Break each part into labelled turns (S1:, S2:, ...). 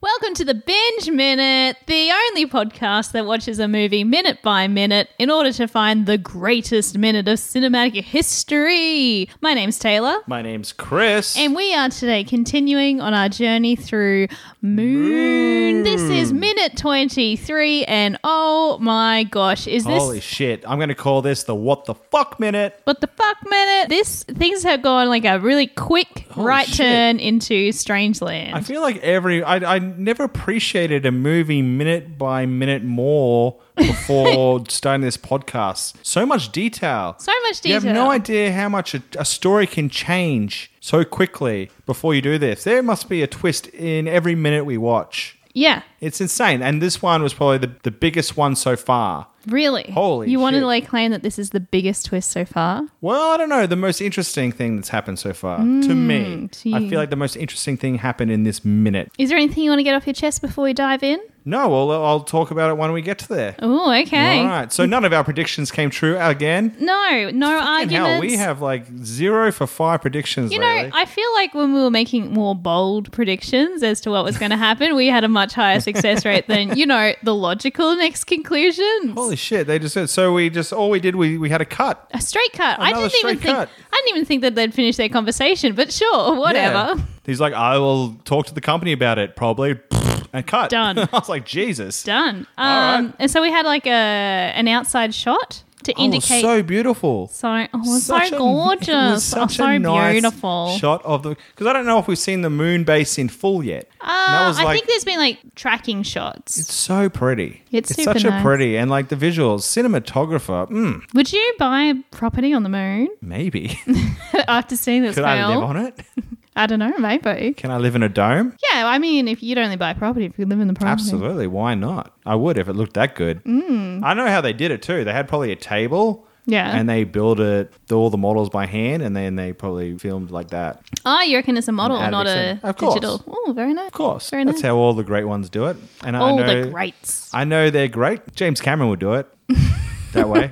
S1: Welcome to the Binge Minute, the only podcast that watches a movie minute by minute in order to find the greatest minute of cinematic history. My name's Taylor,
S2: My name's Chris.
S1: and we are today continuing on our journey through Moon. This is minute 23, and oh my gosh, is this.
S2: Holy shit. I'm going to call this the what the fuck minute.
S1: what the fuck minute? This things have gone like a really quick
S2: Holy
S1: right
S2: shit.
S1: turn into Strange
S2: I
S1: Land.
S2: feel like every I, I never appreciated a movie minute by minute more before starting this podcast. So much detail.
S1: so much
S2: You
S1: detail.
S2: have no idea how much a, a story can change so quickly before you do this. There must be a twist in every minute we watch.
S1: Yeah,
S2: It's insane. And this one was probably the, the biggest one so far.
S1: Really?
S2: Holy
S1: You want to
S2: shit.
S1: like claim that this is the biggest twist so far?
S2: Well, I don't know. The most interesting thing that's happened so far to me.
S1: Mm, to
S2: I
S1: you.
S2: feel like the most interesting thing happened in this minute.
S1: Is there anything you want to get off your chest before we dive in?
S2: No, well, I'll talk about it when we get to there.
S1: Oh, okay.
S2: All right. So none of our predictions came true again.
S1: No, no
S2: And
S1: arguments.
S2: hell, we have like zero for five predictions
S1: you know,
S2: lately.
S1: I feel like when we were making more bold predictions as to what was going to happen, we had a much higher success rate than, you know, the logical next conclusions.
S2: Holy shit! They just said so. We just all we did we we had a cut.
S1: a straight cut. I
S2: Another
S1: didn't even
S2: straight
S1: think
S2: cut.
S1: I didn't even think that they'd finish their conversation, but sure, whatever.
S2: Yeah. He's like, I will talk to the company about it probably, and cut.
S1: Done.
S2: I was like, Jesus.
S1: Done. Um
S2: All right.
S1: and so we had like a an outside shot to
S2: Oh,
S1: indicate
S2: so beautiful.
S1: So oh, it was
S2: Such
S1: so
S2: a-
S1: gorgeous.
S2: it was
S1: Oh,
S2: such
S1: so
S2: a nice
S1: beautiful.
S2: shot of the because I don't know if we've seen the moon base in full yet.
S1: Uh,
S2: that was
S1: I
S2: like
S1: think there's been like tracking shots.
S2: it's so pretty.
S1: It's super
S2: such a
S1: nice.
S2: pretty and like the visuals, cinematographer. Mm,
S1: Would you buy a property on the moon
S2: maybe
S1: after seeing this
S2: could I live
S1: film?
S2: on it?
S1: I don't know, maybe.
S2: Can I live in a dome?
S1: Yeah, I mean, if you'd only buy property if you live in the property.
S2: Absolutely. Why not? I would if it looked that good. Mm. I know how they did it too. They had probably a table.
S1: Yeah.
S2: And they built it, all the models by hand, and then they probably filmed like that.
S1: Oh, you reckon it's a model,
S2: Add it
S1: not a
S2: in. Of course.
S1: digital? Oh, very nice.
S2: Of course.
S1: Very
S2: That's
S1: nice.
S2: how all the great ones do it. And I
S1: All
S2: know,
S1: the greats.
S2: I know they're great. James Cameron would do it that way.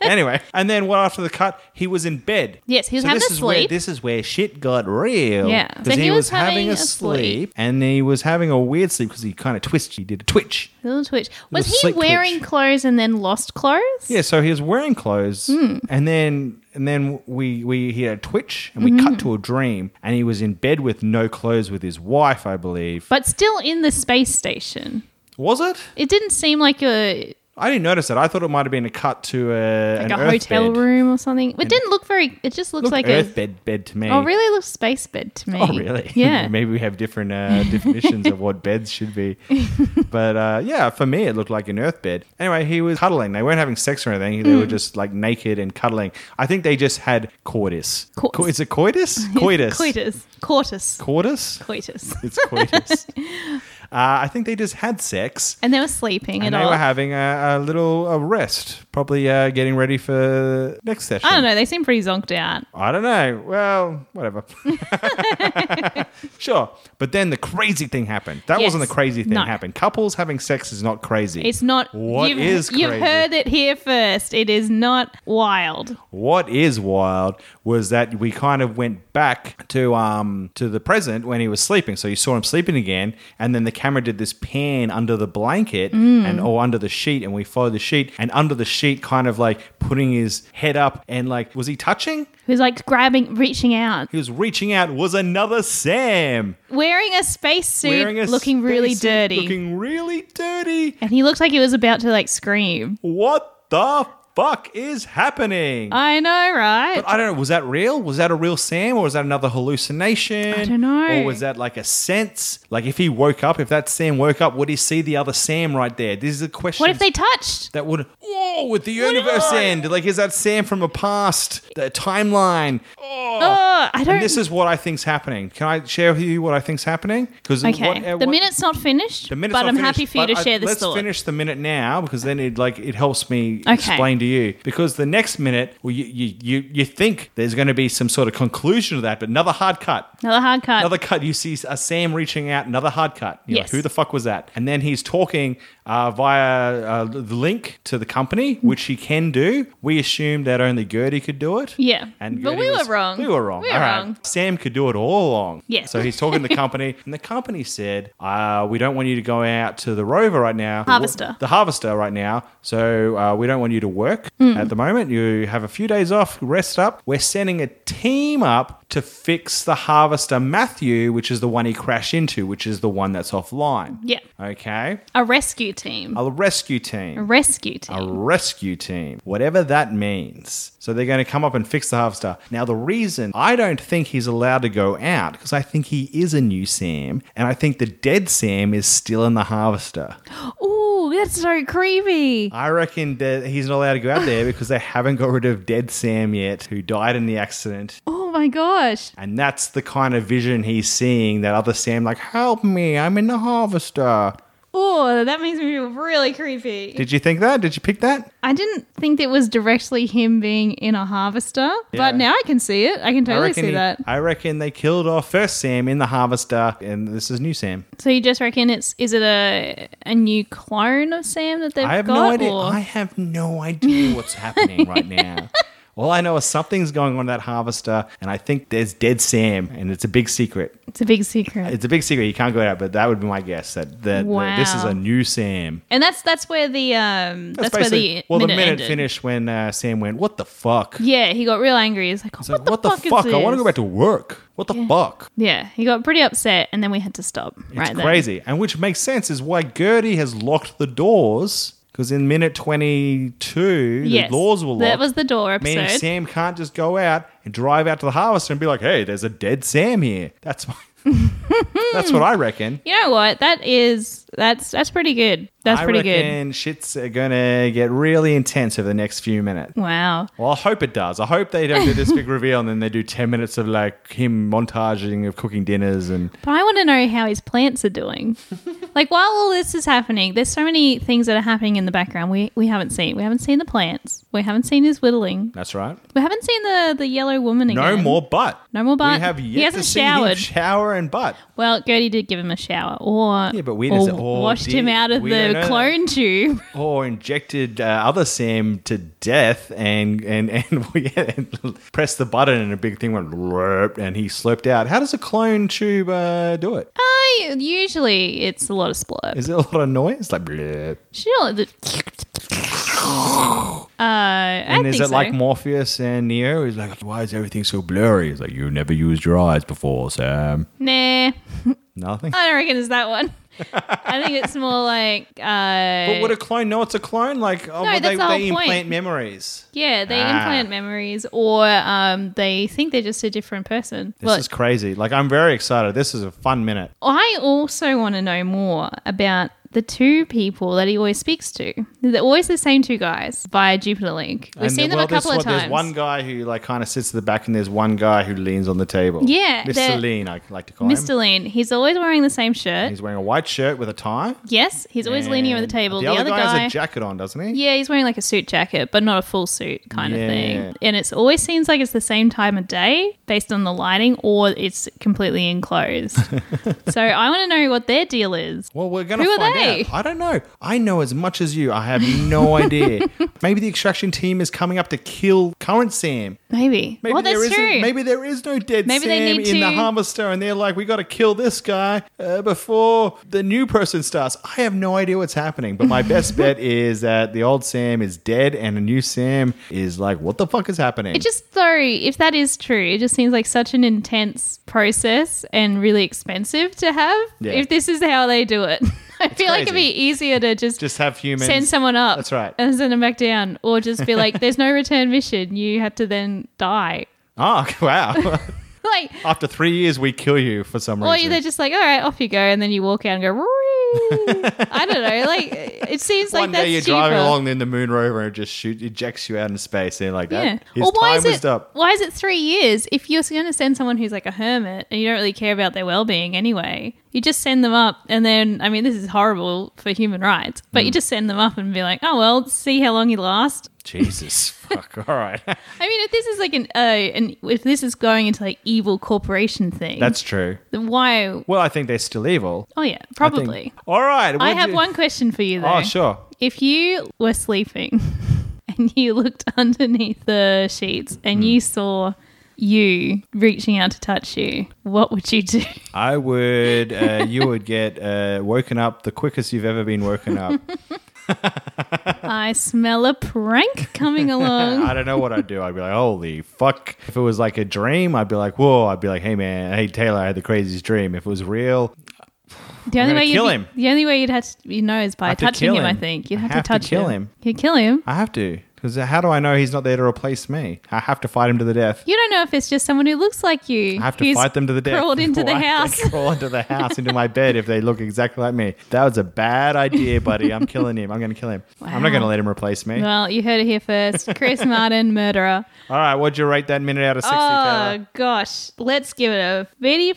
S2: anyway, and then what after the cut? He was in bed.
S1: Yes, he was
S2: so
S1: having
S2: this
S1: a
S2: is where
S1: sleep.
S2: this is where shit got real.
S1: Yeah.
S2: because he, was having, a sleep, and he was having a weird sleep because he kind of twitched. He did a twitch.
S1: Little twitch. Was
S2: Little
S1: he
S2: sleep
S1: wearing
S2: twitch.
S1: clothes and then lost clothes?
S2: Yeah, so he was wearing clothes,
S1: Hmm.
S2: and then and then we we he had a twitch, and we
S1: Mm-hmm.
S2: cut to a dream, and he was in bed with no clothes with his wife, I believe.
S1: But still in the space station.
S2: Was it?
S1: It didn't seem like a
S2: I didn't notice it. I thought it might have been a cut to a
S1: like
S2: an
S1: a hotel
S2: bed.
S1: room or something. It didn't look very. It just looks
S2: Looked
S1: like
S2: earth
S1: a.
S2: bed bed to me.
S1: Oh, really? Looks space bed to me.
S2: Oh, really?
S1: Yeah.
S2: Maybe we have different uh, definitions of what beds should be. But uh, yeah, for me, it looked like an earth bed. Anyway, he was cuddling. They weren't having sex or anything. They
S1: Mm.
S2: were just like naked and cuddling. I think they just had coitus.
S1: Co-
S2: Co- is it coitus? Coitus.
S1: Coitus. Coitus.
S2: Coitus?
S1: Coitus.
S2: It's coitus. uh, I think they just had sex.
S1: And they were sleeping
S2: And
S1: at
S2: they
S1: all.
S2: were having a, a little a rest, probably uh, getting ready for next session.
S1: I don't know. They seem pretty zonked out.
S2: I don't know. Well, whatever. sure. But then the crazy thing happened. That wasn't
S1: Yes.
S2: the crazy thing
S1: No.
S2: happened. Couples having sex is not crazy.
S1: It's not.
S2: What
S1: you've,
S2: is
S1: You've
S2: crazy?
S1: heard it here first. It is not wild.
S2: what is wild was that we kind of went back to um to the present when he was sleeping. So you saw him sleeping again, and then the camera did this pan under the blanket
S1: Mm.
S2: and or under the sheet, and we followed the sheet, and under the sheet, kind of like putting his head up and like was he touching?
S1: Who's like grabbing, reaching out,
S2: He was reaching out. Was another Sam.
S1: wearing a space suit,
S2: wearing a
S1: looking really
S2: spacesuit,
S1: dirty,
S2: Looking really dirty.
S1: and he looked like he was about to like scream.
S2: What the fuck is happening?
S1: I know, right?
S2: But I don't know. Was that real? Was that a real Sam, or was that another hallucination? I
S1: don't know.
S2: Or was that like a sense? Like if he woke up, if that Sam woke up, would he see the other Sam right there? This is a question.
S1: what if they touched?
S2: That would. Oh, would the universe end? Like is that Sam from a past the timeline?
S1: Oh, I don't.
S2: And this is what I think's happening. Can I share with you what I think's happening? uh, Because
S1: Okay, the minute's not finished,
S2: The minute's
S1: but
S2: not
S1: I'm
S2: finished,
S1: happy for you to
S2: but I-
S1: share this
S2: let's
S1: thought.
S2: finish the minute now because then it like it helps me
S1: Okay.
S2: explain to you because the next minute well, you, you you you think there's going to be some sort of conclusion to that, but another hard cut.
S1: Another hard cut.
S2: Another cut. You see a Sam reaching out. Another hard cut. You're
S1: Yes.
S2: like, Who the fuck was that? And then he's talking uh, via uh, the link to the company, which he can do. We assumed that only Gertie could do it.
S1: Yeah.
S2: and
S1: But
S2: Gertie
S1: we were
S2: was-
S1: wrong.
S2: We were wrong.
S1: We were
S2: All right.
S1: wrong.
S2: Sam could do it all along.
S1: Yeah.
S2: So he's talking to the company, and the company said, uh, "We don't want you to go out to the rover right now,
S1: Harvester.
S2: the harvester right now. So uh, we don't want you to work
S1: Hmm.
S2: at the moment. You have a few days off, rest up. We're sending a team up to fix the harvester Matthew, which is the one he crashed into, which is the one that's offline.
S1: Yeah.
S2: Okay,
S1: A rescue team.
S2: a rescue
S1: A
S2: team.
S1: rescue
S2: A
S1: team.
S2: rescue team, whatever that means. So they're going to come up and fix the harvester. Now, the reason I don't think he's allowed to go out because I think he is a new Sam, and I think the dead Sam is still in the harvester.
S1: Ooh, that's so creepy.
S2: I reckon that he's not allowed to go out there because they haven't got rid of dead Sam yet, who died in the accident.
S1: Oh my gosh.
S2: And that's the kind of vision he's seeing that other Sam, like, help me, I'm in the harvester.
S1: Oh, that makes me feel really creepy.
S2: Did you think that? Did you pick that?
S1: I didn't think it was directly him being in a harvester,
S2: Yeah.
S1: but now I can see it. I can
S2: I
S1: totally
S2: reckon
S1: see
S2: he-
S1: that.
S2: I reckon they killed off first Sam in the harvester, and this is new Sam.
S1: So you just reckon it's is it a a new clone of Sam that they've
S2: I have
S1: got?
S2: no idea.
S1: or-
S2: I have no idea what's happening right now. All I know is something's going on in that harvester, and I think there's dead Sam, and it's a big secret.
S1: It's a big secret.
S2: It's a big secret. You can't go out, but that would be my guess that, that, that this is
S1: Wow.
S2: a new Sam.
S1: and that's that's where the um that's, where the
S2: well,
S1: minute
S2: the minute
S1: ended.
S2: finished when uh, Sam went, "What the fuck?"
S1: Yeah, he got real angry. He's like, oh,
S2: It's
S1: what,
S2: like,
S1: the
S2: what the
S1: fuck,
S2: fuck?
S1: is this?
S2: I want to go back to work. What the fuck?
S1: Yeah, he got pretty upset, and then we had to stop.
S2: It's
S1: right
S2: crazy, and which makes sense is why Gertie has locked the doors because in minute twenty-two,
S1: Then. Yes,
S2: the doors were locked.
S1: That was the door
S2: meaning
S1: episode.
S2: Sam can't just go out and drive out to the harvester and be like, "Hey, there's a dead Sam here." That's my, that's what I reckon.
S1: you know what? That is that's that's pretty good. That's
S2: I
S1: pretty
S2: reckon shit's gonna get really intense over the next few minutes.
S1: good. Wow.
S2: Well, I hope it does. I hope they don't do this big reveal and then they do 10 minutes of like him montaging of cooking dinners and
S1: But I want to know how his plants are doing. like while all this is happening, there's so many things that are happening in the background we, we haven't seen. We haven't seen the plants. We haven't seen his whittling.
S2: that's right.
S1: We haven't seen the, the yellow woman
S2: No
S1: again.
S2: more butt.
S1: No more butt.
S2: We have
S1: He
S2: yet
S1: hasn't
S2: to see him
S1: showered.
S2: shower and butt.
S1: Well, Gertie did give him a shower, or
S2: Yeah, but we
S1: or
S2: didn't- or
S1: washed
S2: did-
S1: him out of
S2: we don't know
S1: the
S2: that.
S1: clone tube.
S2: Or injected uh, other Sam to death and and and, we and pressed the button and a big thing went "Lerp," and he slurped out. How does a clone tube uh, do it?
S1: I usually it's a lot of splurp.
S2: Is it a lot of noise? Like blurp.
S1: Sure. The, uh,
S2: And
S1: I
S2: is
S1: think
S2: it
S1: so.
S2: like Morpheus and Neo? He's like, why is everything so blurry? He's like, you never used your eyes before, Sam.
S1: nah?
S2: Nothing.
S1: I don't reckon it's that one. I think it's more like uh,
S2: But would a clone know it's a clone? Like,
S1: No,
S2: oh, well,
S1: that's
S2: they,
S1: the whole
S2: they
S1: point.
S2: implant memories.
S1: Yeah, they
S2: Ah.
S1: implant memories, or um, they think they're just a different person.
S2: This
S1: Look,
S2: is crazy. Like, I'm very excited. This is a fun minute.
S1: I also want to know more about the two people that he always speaks to. They're always the same two guys via Jupiter Link. We've
S2: And
S1: seen them
S2: then-
S1: a
S2: there's
S1: couple of
S2: one-
S1: times.
S2: There's one guy who like kind of sits at the back, and there's one guy who leans on the table.
S1: Yeah, they're-
S2: Mr. Lean, I like to call him.
S1: Mr. Lean, he's always wearing the same shirt.
S2: He's wearing a white shirt with a tie.
S1: Yes, he's always leaning over the
S2: and
S1: table.
S2: The, other, guy, has a jacket on, doesn't he?
S1: yeah, he's wearing like a suit jacket, but not a full suit kind
S2: Yeah.
S1: of thing. And it's always seems like it's the same time of day based on the lighting, or it's completely enclosed. so I want to know what their deal is.
S2: Well, we're gonna
S1: Who are
S2: find
S1: they?
S2: out. I don't know. I know as much as you. I have no idea. Maybe the extraction team is coming up to kill current Sam.
S1: Maybe.
S2: Maybe
S1: well,
S2: there
S1: that's
S2: isn't-
S1: true.
S2: Maybe there is no dead
S1: Maybe
S2: Sam
S1: they need
S2: in the
S1: to-
S2: harvester, and they're like, "We got to kill this guy uh, before the new person starts." I have no idea what's happening, but my best bet is that the old Sam is dead, and the new Sam is like, "What the fuck is happening?"
S1: It just though, if that is true, it just seems like such an intense process and really expensive to have.
S2: Yeah.
S1: If this is how they do it, I feel like it'd be
S2: crazy.
S1: easier to just,
S2: Just have humans.
S1: send someone up.
S2: That's right.
S1: And send them back down, or just be like, "There's no return mission. You have to then die."
S2: oh wow!
S1: Like,
S2: After three years, we kill you for some
S1: or
S2: reason.
S1: they're just like, "All right, off you go," and then you walk out and go. "Whee." I don't know. Like, it seems
S2: One
S1: like that's
S2: day you're
S1: cheaper.
S2: driving along in the moon rover and it just shoot ejects you out into space. And you're like that.
S1: Yeah.
S2: His
S1: Or why
S2: time
S1: is it
S2: is up.
S1: why is it three years if you're going to send someone who's like a hermit and you don't really care about their well being anyway? You just send them up, and then I mean, this is horrible for human rights, but you just send them up and be like, oh well, see how long you last.
S2: Jesus, fuck. All right,
S1: I mean, if this is like an uh, and if this is going into like evil corporation thing,
S2: that's true.
S1: then why?
S2: Well, I think they're still evil.
S1: Oh yeah,
S2: I think-
S1: probably.
S2: All right.
S1: I
S2: what'd
S1: have
S2: you-
S1: one question for you though.
S2: Oh, sure.
S1: If you were sleeping and you looked underneath the sheets and
S2: Mm.
S1: you saw you reaching out to touch you, what would you do?
S2: I would. Uh, you would get uh, woken up the quickest you've ever been woken up.
S1: I smell a prank coming along.
S2: I don't know what I'd do. I'd be like, holy fuck. If it was like a dream, I'd be like, whoa. I'd be like, hey man, hey Taylor, I had the craziest dream. If it was real,
S1: The only
S2: gonna
S1: way you'd
S2: kill
S1: be-
S2: him.
S1: The only way you'd have to, you know, is by
S2: have to
S1: touching
S2: kill
S1: him, I
S2: him.
S1: think you'd
S2: I
S1: have,
S2: have
S1: to
S2: to
S1: touch
S2: kill
S1: him.
S2: him.
S1: You kill him.
S2: I have to. Because how do I know he's not there to replace me? I have to fight him to the death.
S1: You don't know if it's just someone who looks like you.
S2: I have to
S1: who's
S2: fight them to the death.
S1: Crawled into the
S2: Why have
S1: house.
S2: They crawl into the house, into my bed if they look exactly like me. That was a bad idea, buddy. I'm killing him. I'm going to kill him. I'm
S1: Wow.
S2: not going to let him replace me.
S1: Well, you heard it here first. Chris Martin, murderer.
S2: All right, what'd you rate that minute out of 60, Taylor?
S1: Oh gosh, let's give it a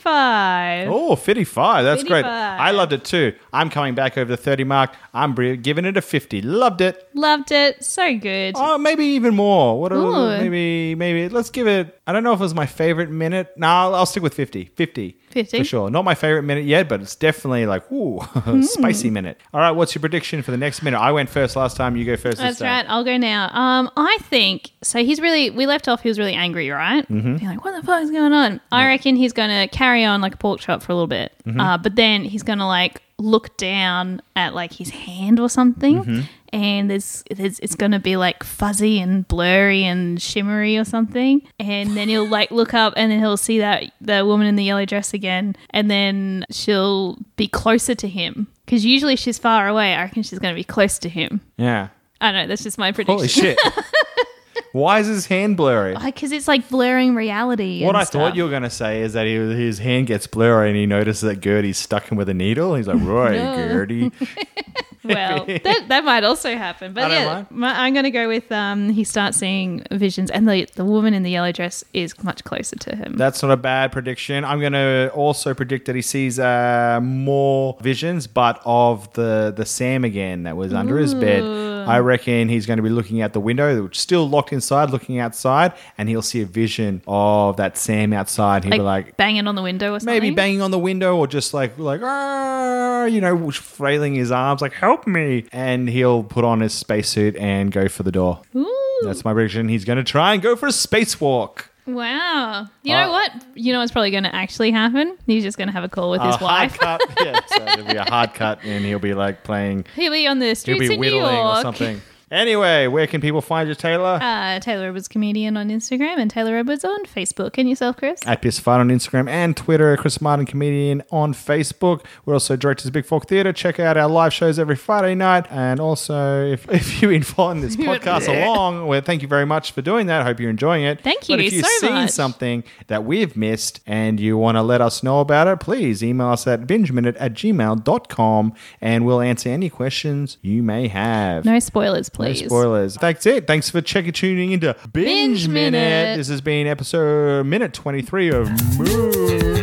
S1: fifty-five.
S2: Oh, 55. That's great.
S1: 55.
S2: I loved it too. I'm coming back over the 30 mark. I'm bri- giving it a 50. Loved it.
S1: Loved it. So good.
S2: Oh, maybe even more. What
S1: Ooh.
S2: a, maybe maybe let's give it I don't know if it was my favorite minute. No, I'll, I'll stick with 50. 50.
S1: 50?
S2: For sure. Not my favorite minute yet, but it's definitely like ooh, spicy
S1: Hmm.
S2: minute. All right, what's your prediction for the next minute? I went first last time, you go first
S1: That's
S2: this time.
S1: right. I'll go now. Um, I think so. He's really. We left off. He was really angry, right? Mm-hmm. like, what the fuck is going on? I reckon he's gonna carry on like a pork chop for a little bit, uh, but then he's gonna like look down at like his hand or something, and there's, there's it's gonna be like fuzzy and blurry and shimmery or something, and then he'll like look up and then he'll see that the woman in the yellow dress again, and then she'll be closer to him because usually she's far away. I reckon she's gonna be close to him.
S2: Yeah.
S1: I don't know. That's just my prediction.
S2: Holy shit. Why is his hand blurry?
S1: Because it's like blurring reality.
S2: What
S1: and
S2: I
S1: stuff.
S2: thought you were going to say is that he, his hand gets blurry and he notices that Gertie's stuck him with a needle. He's like, right,
S1: No.
S2: Gertie.
S1: well, that, that might also happen. But
S2: I don't
S1: yeah,
S2: mind.
S1: my, I'm going to go with um, he starts seeing visions, and the the woman in the yellow dress is much closer to him.
S2: That's not a bad prediction. I'm going to also predict that he sees uh, more visions, but of the, the Sam again that was under his bed. I reckon he's going to be looking out the window, which is still locked inside, looking outside, and he'll see a vision of that Sam outside. He'll
S1: like,
S2: be like,
S1: banging on the window or something.
S2: maybe banging on the window or just like like "Ah," you know flailing his arms like help me and he'll put on his spacesuit and go for the door
S1: Ooh,
S2: that's my prediction he's going to try and go for a spacewalk
S1: wow. You know
S2: Uh,
S1: what? You know what's probably going to actually happen? He's just going to have a call with his
S2: a
S1: wife.
S2: hard cut yeah so it'll be a hard cut and he'll be like playing
S1: He'll be on the
S2: he'll
S1: streets
S2: be
S1: in New
S2: whittling
S1: York.
S2: or something anyway where can people find you taylor
S1: Uh, Taylor Edwards comedian on Instagram and Taylor Edwards on Facebook. And yourself, Chris?
S2: at Piss Fun on Instagram and Twitter, Chris Martin Comedian on Facebook. We're also directors of Big Fork Theatre. Check out our live shows every Friday night. And also, if, if you've been following this podcast along, well, thank you very much for doing that. I hope you're enjoying it.
S1: Thank
S2: But
S1: you
S2: if you've
S1: so
S2: seen
S1: much.
S2: something that we've missed and you want to let us know about it, please email us at bingeminute at gmail.com and we'll answer any questions you may have.
S1: No spoilers,
S2: No
S1: please.
S2: spoilers. That's it. Thanks for checking tuning into Binge,
S1: Binge
S2: Minute.
S1: Minute.
S2: This has been episode minute 23 of Moo.